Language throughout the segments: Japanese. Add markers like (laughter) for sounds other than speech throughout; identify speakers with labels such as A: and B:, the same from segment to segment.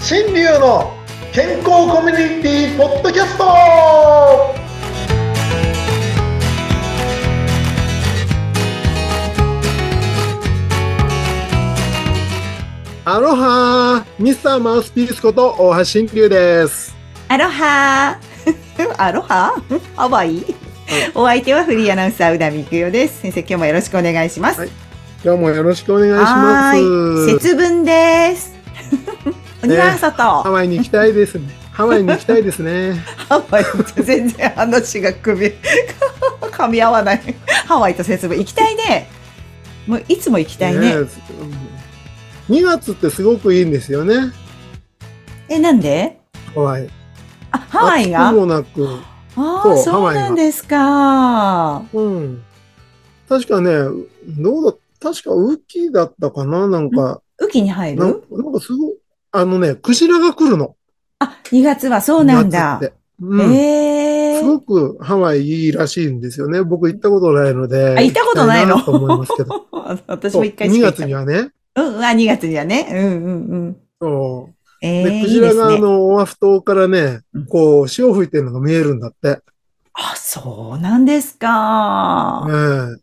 A: 新流の健康コミュニティポッドキャストは
B: アロハーミスターマウスピースこと大橋新流です。
C: アロハーアロハーハワイお相手はフリーアナウンサー宇田美久代です。先生、今日もよろしくお願いします。
B: はい今日もよろしくお願いします。
C: 節分
B: (laughs)
C: です。お庭外、
B: ハワイに行きたい
C: (laughs)
B: ですね。ハワイに行きたいですね。
C: ハワイと全然話が組み、 (laughs) 噛み合わない。ハワイと節分行きたいね。もういつも行きたいね。
B: えうん2月ってすごくいいんですよね。
C: え、なんで
B: ハワイ。
C: あ、ハワイが
B: 暑くもなく。
C: あ
B: そう
C: あ、そ
B: ハワ
C: う
B: イが
C: なんですか。
B: うん。確かね、どうだ、確か雨季だったかななんか、
C: 雨季に入
B: な
C: る
B: なんかすごい、あのね、クジラが来るの。
C: あ、2月はそうなんだ
B: 夏っ。て。うん。
C: ええ
B: すごくハワイいいらしいんですよね。僕行ったことないので。
C: あ行ったことないの
B: 行きたなと思いますけど。
C: (laughs) 私
B: そ
C: も
B: う
C: 一回し
B: 2
C: か行っ
B: 月
C: た
B: にはね。
C: うん、うんあ、2月にはね。うんうんうん。
B: そう。
C: え
B: で、
C: え
B: ク
C: い
B: ジ
C: いで
B: ラ
C: す
B: があ
C: ね。
B: の、オアフ島からね
C: うん、
B: こう、潮吹いてるのが見えるんだって。
C: あ、そうなんですか。
B: ええ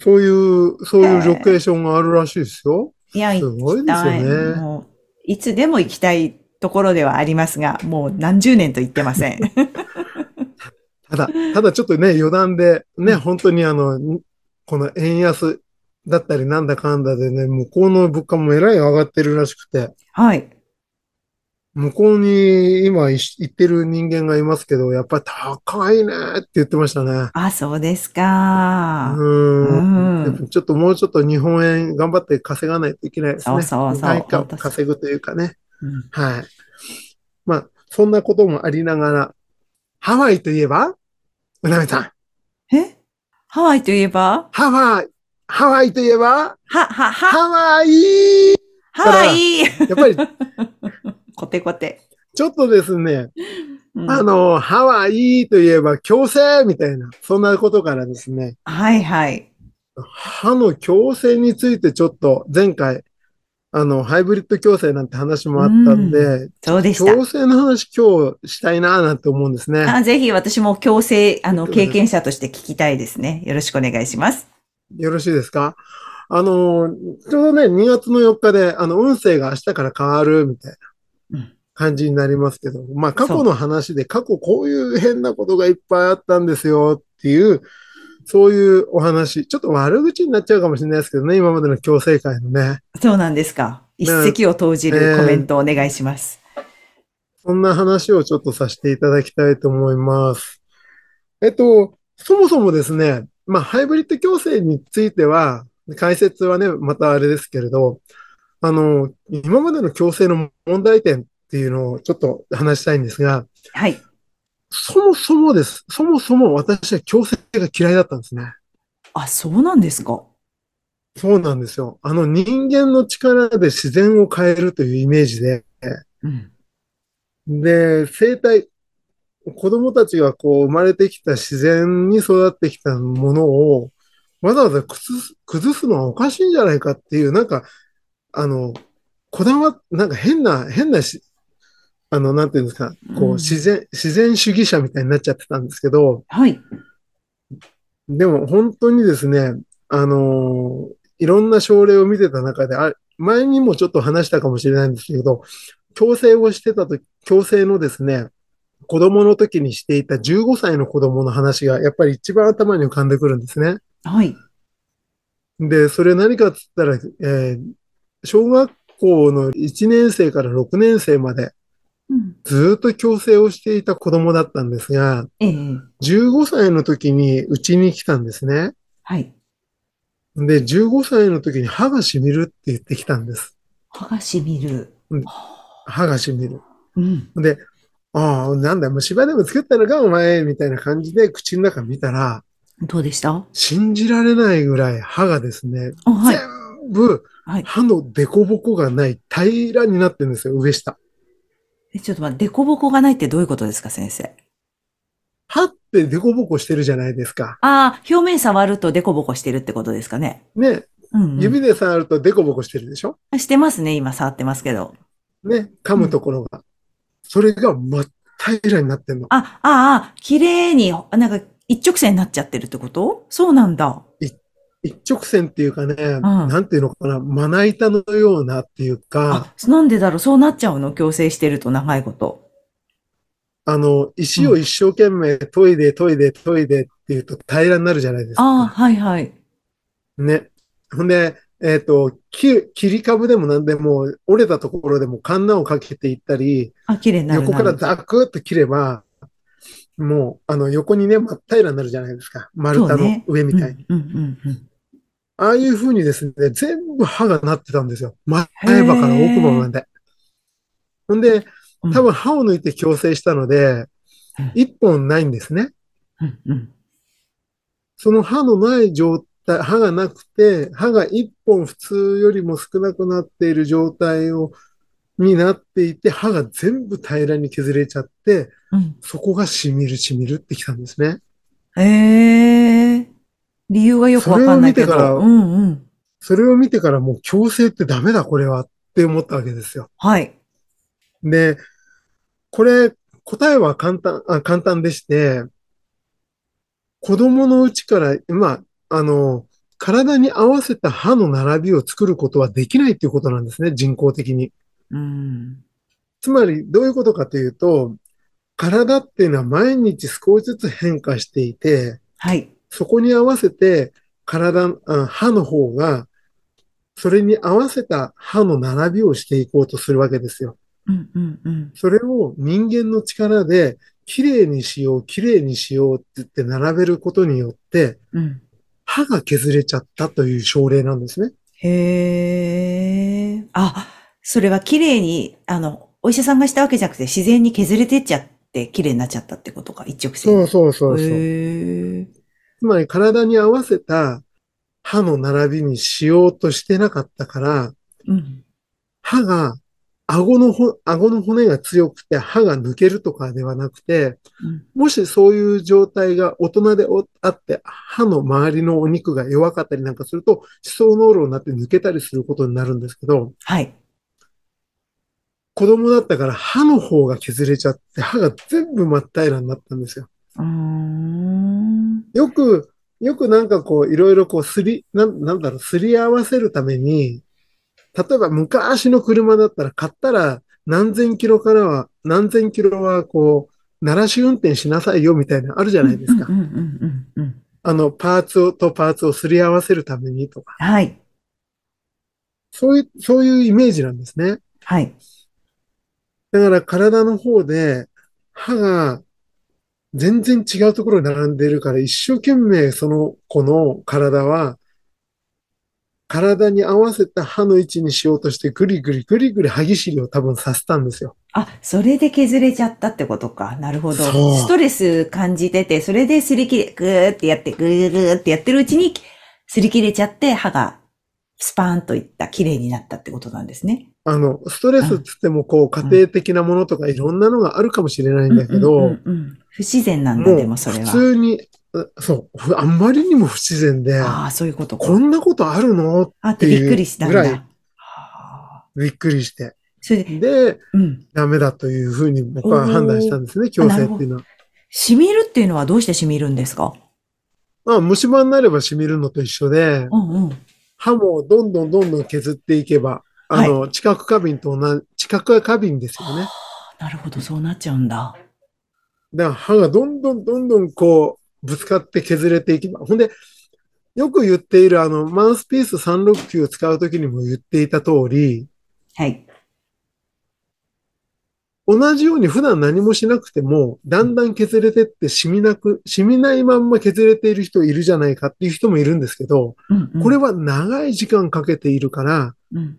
B: そういう、そういうロケーションがあるらしいですよ。
C: いや、
B: す
C: 行
B: ごい
C: き
B: です
C: たい。
B: よね。
C: もういつでも行きたいところではありますが、もう何十年と言ってません。
B: (laughs) ただ、ただちょっとね、余談で、ね、
C: うん
B: 本当にあの、この円安だったりなんだかんだでね、向こうの物価もえらい上がってるらしくて、
C: はい。
B: 向こうに今いし行ってる人間がいますけど、やっぱり高いねって言ってましたね。
C: あ、そうですか。
B: うん。
C: う
B: で
C: ん
B: もちょっともうちょっと日本円頑張って稼がないといけないですね。
C: そうそうそう
B: 外貨を
C: 本当そう
B: 稼ぐというかね。
C: うん
B: はい。まあ、そんなこともありながら、ハワイといえば、うなめさん、
C: えハワイといえば
B: ハワイ、ハワイといえば、
C: は、は、は、
B: ハワイ
C: ハワイ
B: やっぱり、
C: (laughs) コテコテ。
B: ちょっとですね、
C: うん
B: あの、ハワイといえば、矯正みたいな、そんなことからですね、
C: はいはい。
B: 歯の矯正についてちょっと前回、あの、ハイブリッド矯正なんて話もあったんで、
C: そうでした。
B: 強制の話今日したいなぁなんて思うんですね。
C: あぜひ私も強制、あの、
B: そうです
C: 経験者として聞きたいですね。よろしくお願いします。
B: よろしいですかあのー、ちょうどね、2月の4日で、あの、運勢が明日から変わるみたいな
C: うん
B: 感じになりますけど、まあ、過
C: そ
B: 去
C: う
B: の話で、過去こういう変なことがいっぱいあったんですよっていう、そういうお話、ちょっと悪口になっちゃうかもしれないですけどね、今までの強制会のね、
C: そうなんですか。一石を投じ
B: ね
C: るコメントをお願いします。
B: そんな話をちょっとさせていただきたいと思います。えっと、そもそもですね、まあ、ハイブリッド矯正については、解説はね、またあれですけれど、あの、今までの矯正の問題点っていうのをちょっと話したいんですが、
C: はい。
B: そもそもです。そもそも私は矯正が嫌いだったんですね。
C: あ、そうなんですか。
B: そうなんですよ。あの人間の力で自然を変えるというイメージで、
C: うん。
B: で、生態、子供たちがこう生まれてきた自然に育ってきたものをわざわざ崩す、崩すのはおかしいんじゃないかっていう、なんか、あの、こだわ、なんか変な、変なし、あの、なんていうんですか、こう
C: うん
B: 自然、自然主義者みたいになっちゃってたんですけど、
C: はい。
B: でも本当にですね、あのーいろんな症例を見てた中で、あ、前にもちょっと話したかもしれないんですけど、矯正をしてたとき、矯正のですね、子供の時にしていた15歳の子供の話がやっぱり一番頭に浮かんでくるんですね。
C: はい。
B: で、それ何かっつったら、えー小学校の1年生から6年生まで
C: うん、
B: ずっと矯正をしていた子供だったんですが、
C: ええ
B: 15歳の時にうちに来たんですね。
C: はい。
B: で、15歳の時に歯がしみるって言ってきたんです。
C: 歯がしみる。
B: うん歯がしみる。
C: うん。
B: で、ああ、なんだ、虫歯でも作ったのか、お前、みたいな感じで口の中見たら、
C: どうでした
B: 信じられないぐらい歯がですね、
C: あはい。
B: 全部
C: はい。
B: 歯の凸凹がない平らになってるんですよ、上下。
C: えちょっと待って、凸凹がないってどういうことですか、先生。
B: 歯って凸凹してるじゃないですか。
C: ああ、表面触ると凸凹してるってことですかね。
B: ね、
C: うん、うん。
B: 指で触ると凸凹してるでしょ
C: あしてますね、今触ってますけど。
B: ね、噛むところが。それが真っ平らになってんの。
C: あ、ああ、綺麗に、なんか一直線になっちゃってるってことそうなんだ。
B: 一直線っていうかね、なんていうのかな、まな板のようなっていうか、
C: あ、なんでだろうそうなっちゃうの矯正してると長いこと。
B: あの、石を一生懸命研いで研いで研いでっていうと平らになるじゃないです
C: ああ、
B: か。
C: はいはい。
B: ね。ほんで、えっ、と、切切り株でも何でも、折れたところでもカンナをかけていったり、
C: あ、綺麗になるなる。
B: 横からザクッと切れば、もう、あの、横にね、真っ平らになるじゃないですか。丸太
C: そう
B: の
C: ね
B: 上みたいに。
C: うんうんうんうん。
B: ああいう風にですね、全部歯がなってたんですよ。前歯から奥歯まで。ほんで、
C: うん
B: 多分歯を抜いて矯正したので
C: うん、
B: 一本ないんですね。
C: うんうん。
B: その歯のない状態、歯がなくて、歯が一本普通よりも少なくなっている状態を、になっていて、歯が全部平らに削れちゃって、
C: うん。
B: そこがしみるしみるってきたんですね。
C: ええ理由がよくわかんないけ
B: それ
C: ど。
B: を見てから
C: うんうん。
B: それを見てからもう矯正ってダメだ、これはって思ったわけですよ。
C: はい。
B: で、これ、答えは簡単、あ、簡単でして、子供のうちから、まあ、あの、体に合わせた歯の並びを作ることはできないということなんですね、人工的に。
C: うん。
B: つまり、どういうことかというと、体っていうのは毎日少しずつ変化していて、
C: はい。
B: そこに合わせて、体、あ歯の方が、それに合わせた歯の並びをしていこうとするわけですよ。
C: うんうんうん。
B: それを人間の力で、綺麗にしよう、綺麗にしようって言って並べることによって、
C: うん。
B: 歯が削れちゃったという症例なんですね。
C: へえ。あ、それは綺麗に、あの、お医者さんがしたわけじゃなくて自然に削れてっちゃって綺麗になっちゃったってことか、一直線。
B: そうそうそうそう。
C: へえ。
B: つまり体に合わせた歯の並びにしようとしてなかったから、
C: うん。
B: 歯が、顎のほ、顎の骨が強くて歯が抜けるとかではなくて、
C: うん
B: もしそういう状態が大人でおあって、歯の周りのお肉が弱かったりなんかすると、思想脳炉になって抜けたりすることになるんですけど、
C: はい。
B: 子供だったから歯の方が削れちゃって、歯が全部真っ平らになったんですよ。
C: うーん。
B: よく、よくなんかこう、いろいろこう、すり、なん、なんだろう、すり合わせるために、例えば昔の車だったら、買ったら何千キロからは、何千キロはこう、鳴らし運転しなさいよみたいなのあるじゃないですか
C: う。んうんうんうんうん。
B: あの、パーツをとパーツをすり合わせるためにとか、
C: はい。
B: そういう、そういうイメージなんですね。
C: はい。
B: だから体の方で歯が全然違うところに並んでいるから、一生懸命その子の体は、体に合わせた歯の位置にしようとして、ぐりぐりぐりぐり歯ぎしりを多分させたんですよ。
C: あ、それで削れちゃったってことか。なるほど。
B: そう
C: ストレス感じてて、それですり切れ、ぐーってやって、ぐーぐーってやってるうちに、すり切れちゃって、歯がスパーンといった、綺麗になったってことなんですね。
B: あの、ストレスっつってもこう家庭的なものとかいろんなのがあるかもしれないんだけど、
C: うんうんうんうん不自然なんだ、
B: も
C: で
B: う
C: もそれ
B: 普
C: は。
B: 通に、うそう、ふあんまりにも不自然で、
C: ああ、そういうこと
B: こ
C: か。
B: んなことあるの
C: あってびっくりしたんだ。
B: っていうぐらい
C: はあ
B: びっくりして。
C: それで、
B: で、
C: うん。
B: ダメだというふうに僕は判断したんですね、
C: ー
B: 矯正っていうのは。
C: 染みるっていうのはどうして染みるんですか
B: まあ、虫歯になれば染みるのと一緒で、
C: うんうん。
B: 歯もどんどんどんどん削っていけば、あの、知覚過敏と同じ、知覚過敏ですよね。
C: なるほど、そうなっちゃうんだ。
B: だから歯がどんどんどんどんこう、ぶつかって削れていけば。ほんで、よく言っているあの、マウスピース369を使うときにも言っていた通り、
C: はい。
B: 同じように普段何もしなくても、だんだん削れてって染みなく、染みないまんま削れている人いるじゃないかっていう人もいるんですけど、
C: うんうん
B: これは長い時間かけているから、
C: うん。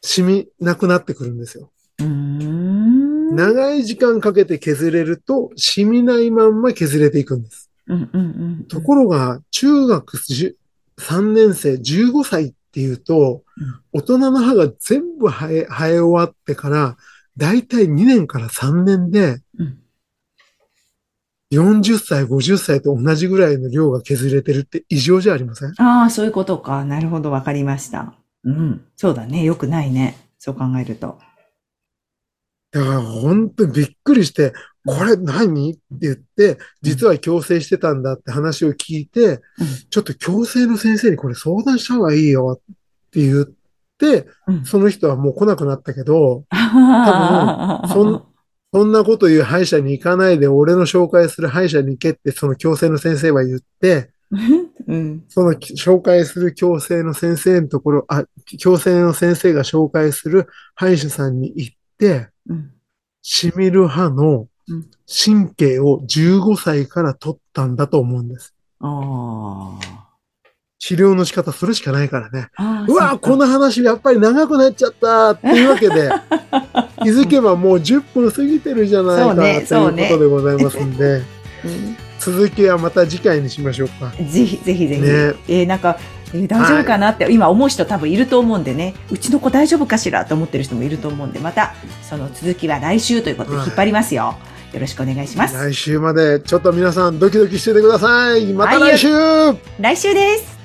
B: 染みなくなってくるんですよ。
C: うーん。
B: 長い時間かけて削れると、染みないまんま削れていくんです。
C: うんうんうん。
B: ところが、中学10 3年生15歳っていうと、大人の歯が全部生え、生え終わってから、だいたい2年から3年で、
C: うん
B: 40歳、50歳と同じぐらいの量が削れてるって異常じゃありません
C: ああ、そういうことか。なるほど、わかりました。うん。そうだね。よくないね。そう考えると。
B: だから本当にびっくりして、これ何って言って、実は矯正してたんだって話を聞いて、ちょっと矯正の先生にこれ相談した方がいいよって言って、
C: うん
B: その人はもう来なくなったけど、
C: あー
B: そんそんなこと言う歯医者に行かないで、俺の紹介する歯医者に行けってその矯正の先生は言って、
C: (laughs) うん。
B: その紹介する矯正の先生のところ、あ、矯正の先生が紹介する歯医者さんに行って、
C: うん。
B: シミる歯の
C: うん
B: 神経を15歳から取ったんだと思うんです。
C: あー
B: 治療の仕方それしかないからね。
C: あー。
B: うわ
C: そ
B: ー
C: っ
B: こ
C: か
B: の話やっぱり長くなっちゃったっていうわけ
C: (laughs)
B: で、気づけばもう10分過ぎてるじゃないか
C: そうねそう
B: とい
C: ね
B: うことでございますん
C: (laughs)
B: で、
C: う
B: 続きはまた次回にしましょうか。
C: んぜひぜひぜひ。
B: ね
C: えーなんか、えー大丈夫かなって、今思う人多分いると思うんでね、うちの子大丈夫かしらと思ってる人もいると思うんで、また、その続きは来週ということで
B: はい
C: 引っ張りますよ。よろしくお願いします。
B: 来週までちょっと皆さんドキドキしててください。また来週、
C: 来週です